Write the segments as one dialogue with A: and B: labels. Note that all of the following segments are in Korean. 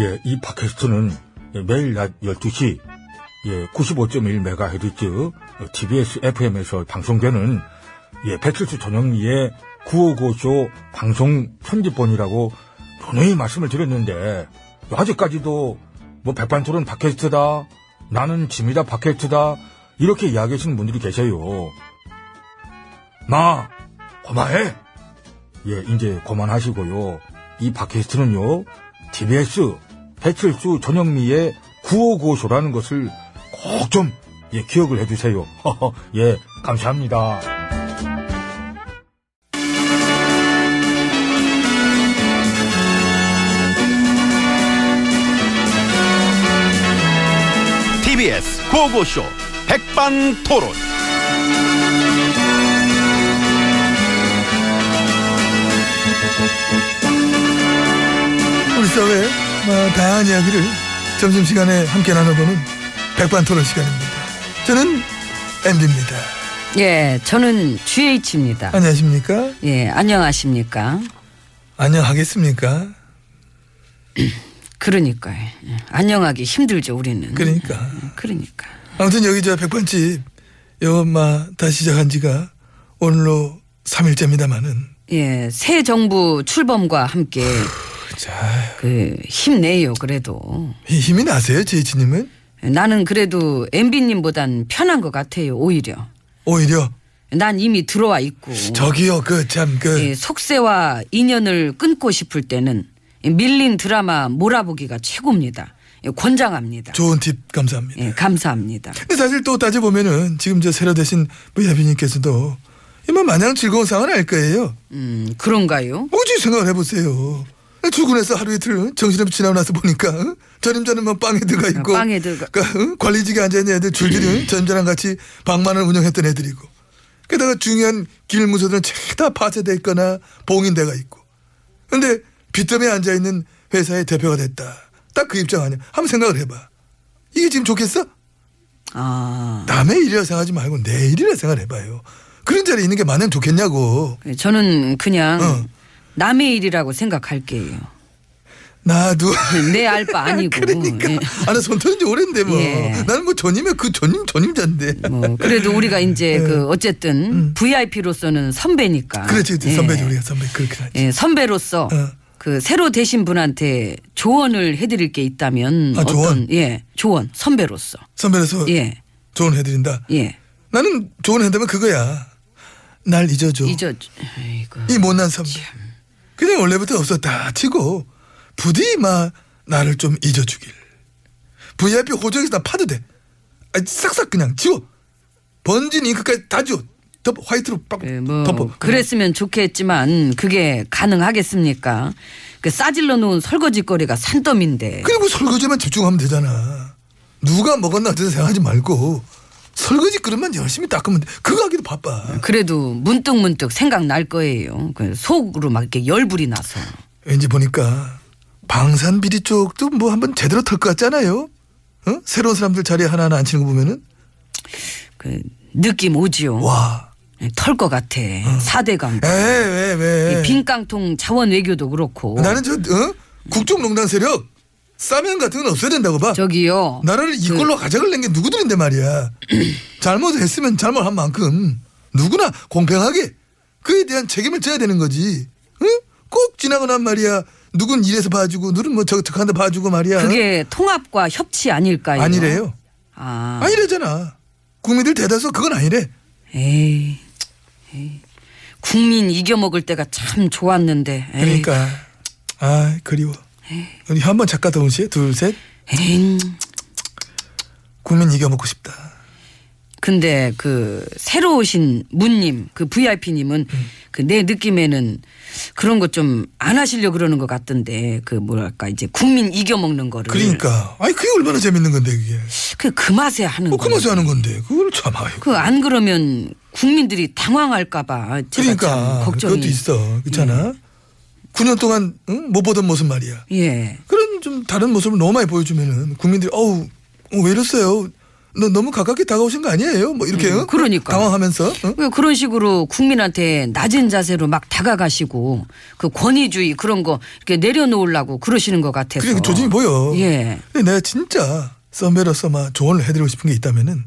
A: 예, 이 팟캐스트는 예, 매일 낮 12시 예, 95.1MHz TBS FM에서 방송되는 예, 배칠수 전영미의 955쇼 방송 편집본이라고 분명히 말씀을 드렸는데 아직까지도 뭐 백반토론 팟캐스트다 나는 짐이다 팟캐스트다 이렇게 이야기하시는 분들이 계세요 마 고마해 예, 이제 그만하시고요. 이 팟캐스트는요, TBS 배칠수 전영미의 9595쇼라는 것을 꼭 좀, 예, 기억을 해주세요. 예, 감사합니다.
B: TBS 고고쇼 백반토론.
C: 우리 사회의 어, 다양한 이야기를 점심시간에 함께 나눠보는 백반토론 시간입니다. 저는 엠비입니다.
D: 예, 저는 GH입니다.
C: 안녕하십니까?
D: 예, 안녕하십니까?
C: 안녕하겠습니까?
D: 그러니까 예, 안녕하기 힘들죠 우리는.
C: 그러니까.
D: 예, 그러니까.
C: 아무튼 여기 저 백반집 영업마 다 시작한 지가 오늘로 3일째입니다마는
D: 예, 새 정부 출범과 함께
C: 아, 자,
D: 그 힘내요 그래도.
C: 이 힘이 나세요, 제이치님은?
D: 나는 그래도 MB님보단 편한 것 같아요 오히려.
C: 오히려
D: 난 이미 들어와 있고.
C: 저기요, 그 참 그
D: 예, 속세와 인연을 끊고 싶을 때는 이 밀린 드라마 몰아보기가 최고입니다. 예, 권장합니다.
C: 좋은 팁 감사합니다.
D: 예, 감사합니다.
C: 근데 사실 또 따져보면은 지금 저 새로 되신 VIP님께서도 이만 마냥 즐거운 상황은 알 거예요.
D: 음, 그런가요?
C: 오지 생각을 해보세요. 출근해서 하루 이틀 정신없이 지나고 나서 보니까 어? 전임자는 뭐 빵에 들어가 있고
D: 아, 빵에 들어가-
C: 그러니까, 어? 관리직에 앉아있는 애들 줄줄이 전임자랑 같이 방만을 운영했던 애들이고 게다가 중요한 길무소들은 죄다 파쇄돼 있거나 봉인돼가 있고 근데 빚더미에 앉아있는 회사의 대표가 됐다 딱 그 입장 아니야 한번 생각을 해봐 이게 지금 좋겠어?
D: 아.
C: 남의 일이라 생각하지 말고 내 일이라 생각해봐요. 그런 자리에 있는 게 마냥 좋겠냐고.
D: 예, 저는 그냥
C: 어.
D: 남의 일이라고 생각할게요.
C: 나도.
D: 내 알 바 아니고.
C: 그러니까.
D: 예.
C: 아, 나손 터는 지 오랜데 뭐.
D: 예.
C: 나는 뭐 전임의 그 전임, 전임자인데.
D: 뭐 그래도 우리가 이제 그 어쨌든 VIP로서는 선배니까.
C: 예. 음. 그렇지, 그렇지.
D: 예.
C: 선배죠, 우리가 선배. 그렇게 하지.
D: 예, 선배로서
C: 어.
D: 그 새로 되신 분한테 조언을 해드릴 게 있다면
C: 아, 조언? 어.
D: 어떤 예 조언 선배로서
C: 선배로서
D: 예
C: 조언해드린다.
D: 예.
C: 나는 조언한다면 그거야. 날 잊어줘.
D: 잊어. 아이고.
C: 이뭐 못난 선배.
D: 예.
C: 그냥 원래부터 없었다 치고 부디 마 나를 좀 잊어주길. VIP 호적에서 나 파도 돼. 아니, 싹싹 그냥 지워. 번진 잉크까지 다 지워. 덮어 화이트로 빡
D: 예, 뭐
C: 덮어.
D: 그랬으면 좋겠지만 그게 가능하겠습니까? 그 싸질러 놓은 설거지거리가 산더미인데.
C: 그리고 설거지만 집중하면 되잖아. 누가 먹었나 어쨌든 생각하지 말고 설거지 그릇만 열심히 닦으면 돼. 그거 하기도 바빠.
D: 그래도 문득 문득 생각날 거예요. 그 속으로 막 이렇게 열불이 나서.
C: 왠지 보니까 방산비리 쪽도 뭐 한번 제대로 털 것 같잖아요. 어? 새로운 사람들 자리에 하나하나 앉히는 거 보면은
D: 그 느낌 오지요.
C: 와.
D: 털 것 같아. 사대강.
C: 에왜 왜?
D: 이 빈깡통 자원 외교도 그렇고.
C: 나는 저 어? 국정농단 세력 싸면 같은 건 없어야 된다고 봐.
D: 저기요.
C: 나라를 이걸로 가작을 낸 게 누구들인데 말이야. 잘못했으면 잘못한 만큼 누구나 공평하게 그에 대한 책임을 져야 되는 거지. 응? 꼭 지나고 난 말이야. 누군 이래서 봐주고 누군 뭐 저기 저한테 봐주고 말이야.
D: 그게 통합과 협치 아닐까요?
C: 아니래요.
D: 아.
C: 아니래잖아. 국민들 대다수 그건 아니래.
D: 에이. 에이. 국민 이겨먹을 때가 참 좋았는데. 에이.
C: 그러니까 아 그리워. 우리 한번 작가 동시에 둘 셋
D: 에잉.
C: 국민 이겨먹고 싶다.
D: 근데 그 새로 오신 문님 그 VIP님은
C: 음.
D: 그 내 느낌에는 그런 것 좀 안 하시려 그러는 것 같던데 그 뭐랄까 이제 국민 이겨먹는 거를
C: 그러니까
D: 네.
C: 아니 그게 얼마나 재밌는 건데 그게.
D: 그, 그 맛에 하는
C: 뭐 그만
D: 거예요.
C: 하는 건데 그걸 참 아유.
D: 그 안 그러면 국민들이 당황할까봐 제가
C: 그러니까
D: 참 걱정이
C: 그것도 있어 그렇잖아 9년 동안 응? 못 보던 모습 말이야
D: 예
C: 그런 좀 다른 모습을 너무 많이 보여주면은 국민들이 어우 어, 왜 이랬어요 너 너무 가깝게 다가오신 거 아니에요? 뭐 이렇게
D: 음,
C: 응?
D: 그러니까.
C: 당황하면서 응?
D: 왜 그런 식으로 국민한테 낮은 자세로 막 다가가시고 그 권위주의 그런 거 이렇게 내려놓으려고 그러시는 것 같아서.
C: 그게 그 조짐이 보여.
D: 예.
C: 근데 내가 진짜 썸베로서 막 조언을 해드리고 싶은 게 있다면은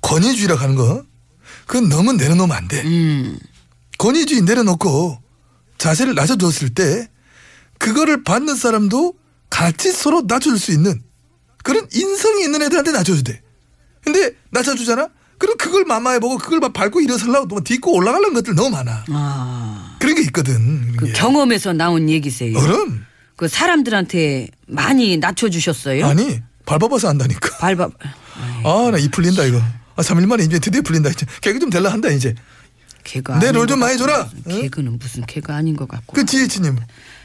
C: 권위주의라 하는 거 그건 너무 내려놓으면 안 돼.
D: 음.
C: 권위주의 내려놓고 자세를 낮춰줬을 때 그거를 받는 사람도 같이 서로 낮춰줄 수 있는 그런 인성이 있는 애들한테 낮춰줘야 돼. 근데 낮춰주잖아? 그럼 그걸 마마해보고 그걸 막 밟고 일어서려고 또 딛고 올라가려는 것들 너무 많아.
D: 아.
C: 그런 게 있거든. 그런
D: 그
C: 게.
D: 경험에서 나온 얘기세요.
C: 그럼
D: 그 사람들한테 많이 낮춰주셨어요.
C: 아니 밟아봐서 안다니까.
D: 밟아.
C: 아 나 이 풀린다 이거. 아 3일 만에 이제 드디어 풀린다 이제. 개그 좀 될라 한다 이제.
D: 개가.
C: 내
D: 아닌
C: 롤좀
D: 것
C: 많이
D: 같고.
C: 줘라.
D: 무슨
C: 응?
D: 개그는 무슨 개가 아닌 것 같고.
C: 그 지혜치님,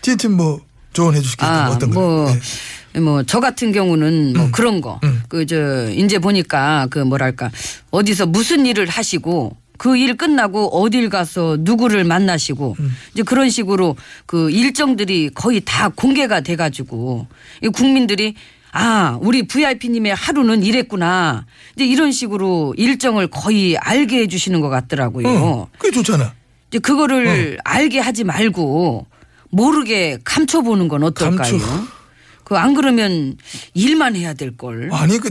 C: 지혜치님 뭐 조언해 주시겠어요? 음.
D: 아,
C: 어떤 거?
D: 뭐,
C: 예.
D: 뭐, 저 같은 경우는 뭐 그런 거. 그, 저, 이제 보니까 그 뭐랄까. 어디서 무슨 일을 하시고 그 일 끝나고 어딜 가서 누구를 만나시고
C: 음.
D: 이제 그런 식으로 그 일정들이 거의 다 공개가 돼가지고 이 국민들이 아, 우리 VIP님의 하루는 이랬구나. 이제 이런 식으로 일정을 거의 알게 해주시는 것 같더라고요.
C: 응, 그게 좋잖아.
D: 이제 그거를
C: 어.
D: 알게 하지 말고 모르게 감춰보는 건 어떨까요?
C: 감춰.
D: 그 안 그러면 일만 해야 될 걸.
C: 아니 그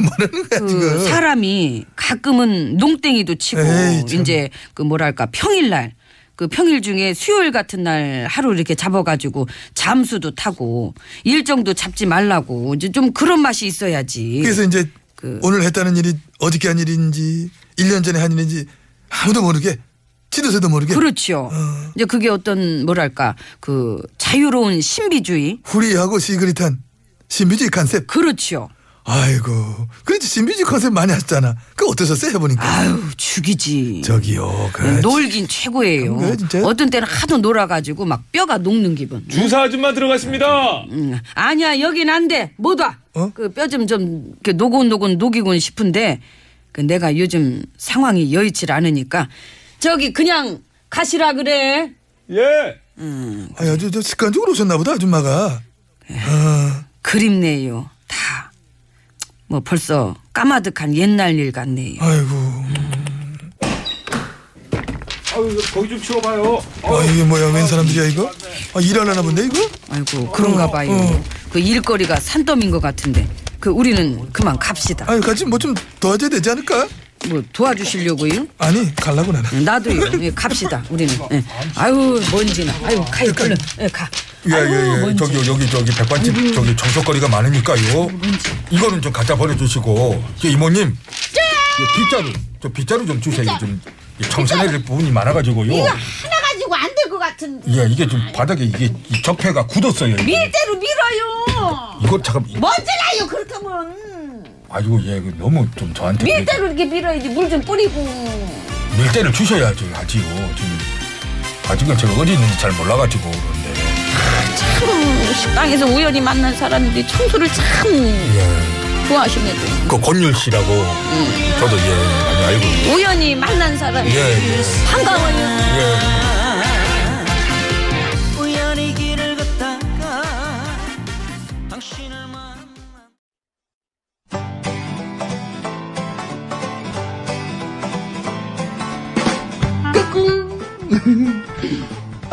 C: 뭐라는 거야
D: 그
C: 지금?
D: 사람이 가끔은 농땡이도 치고
C: 에이, 참.
D: 이제 그 뭐랄까 평일날 그 평일 중에 수요일 같은 날 하루 이렇게 잡아가지고 잠수도 타고 일정도 잡지 말라고 이제 좀 그런 맛이 있어야지.
C: 그래서 이제
D: 그-
C: 오늘 했다는 일이 어저께 한 일인지 1년 전에 한 일인지 아무도 모르게 지도세도 모르게 어.
D: 그렇죠. 이제 그게 어떤 뭐랄까 그 자유로운 신비주의.
C: 후리하고 시그릿한 신비주의 컨셉.
D: 그렇죠.
C: 아이고 그렇지 신비주의 컨셉 많이 하셨잖아. 그거 어떠셨어요 해보니까?
D: 아유 죽이지.
C: 저기요 그
D: 음, 놀긴 최고예요.
C: 그래, 진짜?
D: 어떤 때는 하도 놀아가지고 막 뼈가 녹는 기분.
E: 주사 아줌마 들어갔습니다.
D: 음, 아니야 여긴 안 돼. 못 와.
C: 어?
D: 그 뼈 좀 좀 이렇게 노곤노곤 녹이곤 싶은데 그 내가 요즘 상황이 여의치 않으니까 저기 그냥 가시라 그래.
E: 예.
C: 아, 아주 저 습관적으로 오셨나 보다 아줌마가. 아,
D: 그립네요. 다 뭐 벌써 까마득한 옛날 일 같네요.
C: 아이고
E: 아유, 거기 좀 치워봐요.
C: 아 이게 뭐야 웬 사람들이야 이거? 아 일하려나 본데 이거?
D: 아이고
C: 어,
D: 그런가 봐요. 그 일거리가 산더미인 것 같은데 그 우리는 그만 갑시다.
C: 아유 같이 뭐 좀 도와줘야 되지 않을까?
D: 뭐 도와주시려고요?
C: 아니 갈라고 나는.
D: 나도요. 예, 갑시다. 우리는. 예. 아유 먼지나. 아유 가요. 얼른 예, 가. 아유
A: 예예예.
D: 먼지.
A: 저기 여기 저기 백반집 저기 청소거리가 많으니까요. 이거는 좀 갖다 버려주시고 저 이모님 예, 빗자루 저 빗자루 좀 주세요. 좀이 청소해야 될 부분이 많아가지고요.
F: 이거 하나 가지고 안 될 것 같은데.
A: 예 이게 좀 바닥에 이게 이 적폐가 굳었어요. 이게.
F: 밀대로 밀어요.
A: 이거 잠깐 이-
F: 먼지 나요 그렇게 하면.
A: 아이고 예 이거 너무 좀 저한테
F: 밀대로 이렇게 밀어야지 물 좀 뿌리고.
A: 그 밀대를 주셔야죠 하지요. 지금 아직은 제가 어디 있는지 잘 몰라가지고 그런데
F: 참 식당에서 우연히 만난 사람들이 청소를 참
A: 예.
F: 좋아하시네.
A: 그 권율 씨라고 저도 예 많이 알고 있-
F: 우연히 만난 사람.
A: 예 예.
F: 반가워요.
A: 예.
G: 우연히 길을 걷다가 당신을 만나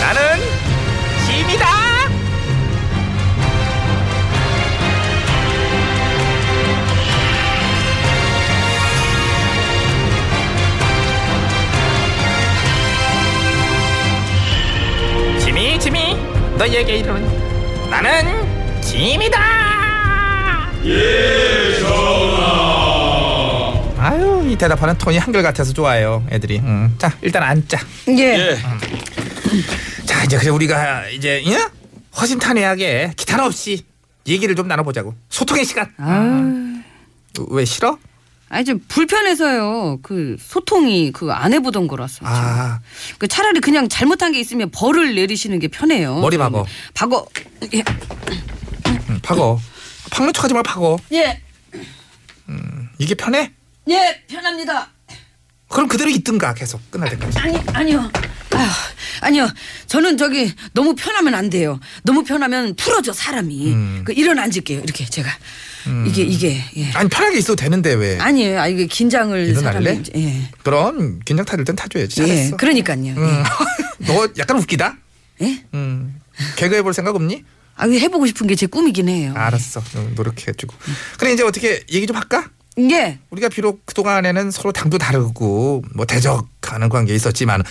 H: 나는 짐이다. 너희에게 이르는 나는 짐이다. 예, 전하. 아유, 이 대답하는 톤이 한결같아서 좋아요, 애들이. 음. 자, 일단 앉자.
D: 예.
H: 자, 이제 그래 우리가 이제 예? 허심탄회하게 기탄 없이 얘기를 좀 나눠보자고. 소통의 시간.
D: 아,
H: 왜 싫어?
D: 아니 좀 불편해서요. 그 소통이 그 안 해보던 거라서.
H: 아,
D: 그 차라리 그냥 잘못한 게 있으면 벌을 내리시는 게 편해요.
H: 머리 박어.
D: 박어. 예.
H: 음, 파고. 박는 척하지 말 파고.
D: 예.
H: 이게 편해?
D: 예, 편합니다.
H: 그럼 그대로 있든가 계속 끝날 때까지.
D: 아니, 아니요. 아휴, 아니요. 저는 저기 너무 편하면 안 돼요. 너무 편하면 풀어져 사람이.
H: 음.
D: 그 일어나 앉을게요. 이렇게 제가 이게 이게 예.
H: 아니 편하게 있어도 되는데 왜?
D: 아니에요. 아 이게 긴장을
H: 예. 일어날래?
D: 사람이 이제- 예.
H: 그럼 긴장 타줄 땐 타줘야지.
D: 예.
H: 잘했어.
D: 그러니까요.
H: 음. 너 약간 웃기다.
D: 예?
H: 음. 개그해 볼 생각 없니?
D: 아, 이거 해보고 싶은 게 제 꿈이긴 해요.
H: 알았어. 음, 노력해주고. 그래 이제 어떻게 얘기 좀 할까?
D: 예.
H: 우리가 비록 그동안에는 서로 당도 다르고 뭐 대적하는 관계 있었지만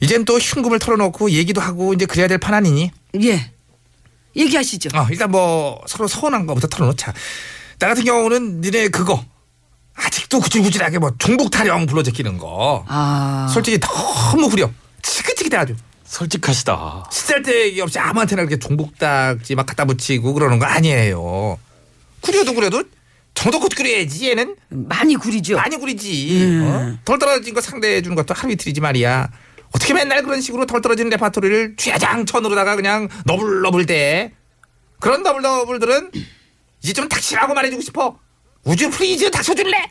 H: 이젠 또 흉금을 털어놓고 얘기도 하고 이제 그래야 될 판 아니니?
D: 예. 얘기하시죠.
H: 어, 일단 뭐 서로 서운한 거부터 털어놓자. 나 같은 경우는 니네 그거 아직도 구질구질하게 뭐 종북 타령 불러 제끼는 거.
D: 아.
H: 솔직히 너무 후려. 치긋치긋해 아주.
E: 솔직하시다.
H: 쓸데기 없이 아무한테나 이렇게 종북딱지 막 갖다 붙이고 그러는 거 아니에요. 구려도 구려도 정도껏 구려야지 얘는
D: 많이 구리죠.
H: 많이 구리지. 어? 덜 떨어진 거 상대해 주는 것도 하루 이틀이지 말이야. 어떻게 맨날 그런 식으로 덜 떨어진 레파토리를 최장천으로다가 그냥 너블너블 대. 그런 너블너블들은 이제 좀 닥치라고 말해주고 싶어. 우주 프리즈 닥쳐줄래?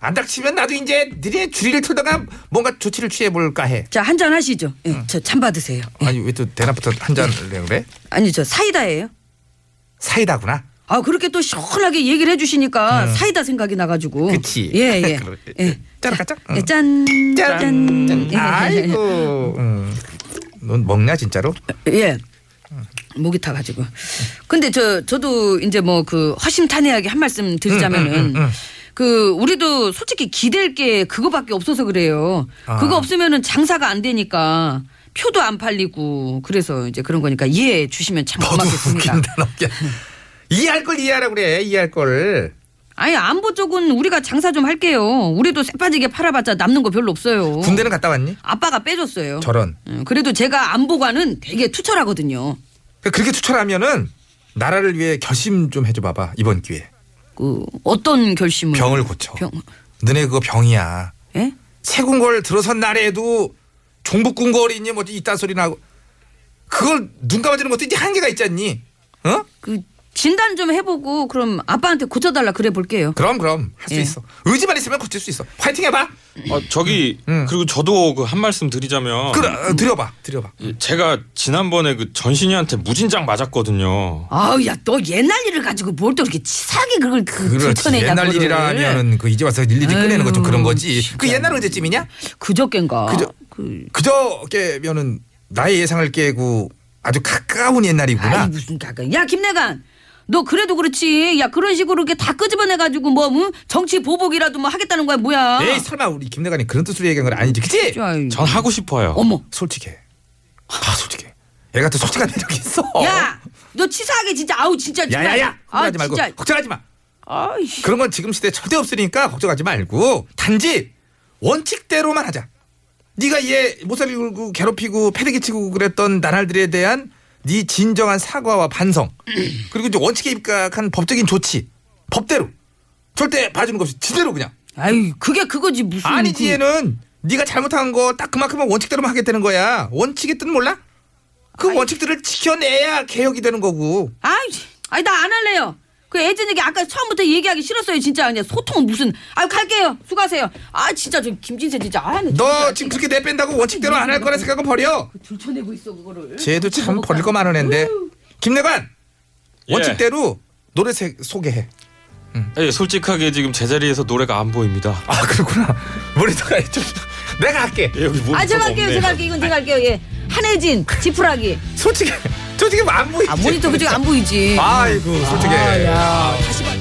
H: 안 닥치면 나도 이제 니네 주리를 틀다가 뭔가 조치를 취해볼까 해.
D: 자, 한 잔 하시죠. 예. 저 찬 받으세요. 예.
H: 아니 왜 또 대낮부터 한잔 을 그래?
D: 아니, 저 사이다예요.
H: 사이다구나.
D: 아 그렇게 또 시원하게 얘기를 해주시니까 사이다 생각이 나가지고.
H: 그치.
D: 예 예.
H: 그래.
D: 예.
H: 짜라 까짜.
D: 예, 짠.
H: 짠.
D: 짠. 예,
H: 아이고. 음. 넌 먹냐 진짜로?
D: 예. 목이 타가지고. 근데 저 저도 이제 뭐 그 허심탄회하게 한 말씀 드리자면은.
H: 음,
D: 그 우리도 솔직히 기댈 게 그거밖에 없어서 그래요.
H: 아.
D: 그거 없으면은 장사가 안 되니까 표도 안 팔리고 그래서 이제 그런 거니까 이해해 주시면 참
H: 너도
D: 고맙겠습니다.
H: 웃긴다 넘겨. 이해할 걸 이해하라 그래. 이해할 걸.
D: 아니 안보 쪽은 우리가 장사 좀 할게요. 우리도 새빠지게 팔아봤자 남는 거 별로 없어요.
H: 군대는 갔다 왔니?
D: 아빠가 빼줬어요.
H: 저런.
D: 음, 그래도 제가 안보관은 되게 투철하거든요.
H: 그러니까 그렇게 추천하면은 나라를 위해 결심 좀 해줘 봐봐 이번 기회.
D: 그 어떤 결심을
H: 병을 고쳐.
D: 병
H: 너네 그거 병이야.
D: 예?
H: 세군걸 들어선 날에도 종북군걸이니 뭐 이딴 소리 나고 그걸 눈 감아주는 것도 이제 한계가 있잖니. 어?
D: 그 진단 좀 해보고 그럼 아빠한테 고쳐달라 그래 볼게요.
H: 그럼 그럼 할 수
D: 예.
H: 있어. 의지만 있으면 고칠 수 있어. 화이팅 해봐.
E: 아 저기 그리고 저도 그 한 말씀 드리자면
H: 그래 어, 들여봐 들여봐.
E: 이- 제가 지난번에 그 전신이한테 무진장 맞았거든요.
D: 아우 야너 옛날 일을 가지고 뭘 또 이렇게 치사하게 그걸 그 들춰내냐
H: 옛날
D: 그거를.
H: 일이라면은 그 이제 와서 일일이 꺼내는 것 좀
D: 아유,
H: 그런 거지.
D: 진짜.
H: 그 옛날 언제쯤이냐?
D: 그저껜가
H: 그저-
D: 그
H: 그저 깨면은 나의 예상을 깨고 아주 가까운 옛날이구나.
D: 아이 무슨 가까 야 김내관 너 그래도 그렇지 야 그런 식으로 이렇게 다 끄집어내가지고 뭐 응? 정치 보복이라도 뭐 하겠다는 거야 뭐야
H: 에이 설마 우리 김내관이 그런 뜻으로 얘기한 건 아니지, 그치?
D: 진짜, 아이.
E: 전 하고 싶어요.
D: 어머
H: 솔직해. 다 솔직해. 얘 같은 솔직한 매력 있어.
D: 야 너 치사하게 진짜 아우 진짜 정말.
H: 야야야.
D: 아
H: 걱정하지 말고
D: 진짜
H: 걱정하지 마.
D: 아이씨
H: 그런 건 지금 시대에 절대 없으니까 걱정하지 말고 단지 원칙대로만 하자. 네가 얘 못살리고 괴롭히고 패대기 치고 그랬던 나날들에 대한 네 진정한 사과와 반성 그리고 이제 원칙에 입각한 법적인 조치 법대로 절대 봐주는 거 없이 지대로 그냥
D: 아유 그게 그거지 무슨
H: 아니지
D: 그-
H: 얘는 네가 잘못한 거 딱 그만큼만 원칙대로만 하겠다는 거야 원칙의 뜻 몰라? 그 원칙들을 지켜내야 개혁이 되는 거고
D: 아이 아이 나 안 할래요 그 애진 얘기 아까 처음부터 얘기하기 싫었어요 진짜 그냥 소통은 무슨 아유 갈게요 수고하세요 아 진짜 저 김진세 진짜 아나
H: 너 지금 그렇게 내뺀다고 원칙대로 안 할 거라 생각은 버려
D: 들춰내고 있어 그거를
H: 쟤도 참 버릴 거 많은 앤데 김내관
E: 예.
H: 원칙대로 노래 세, 소개해
E: 예, 솔직하게 지금 제자리에서 노래가 안 보입니다.
H: 아 그렇구나 모니터가 있죠 내가 할게
E: 예, 여기
D: 아 제가
E: 모니터가
D: 할게요
E: 없네.
D: 제가 할게요 이건 제가 할게요 예 한혜진 지푸라기
H: 솔직히 솔직히 뭐안 보이지
D: 아 모니터 그쪽에 안 보이지
H: 아이고 솔직히
D: 아, 야. 다시 봐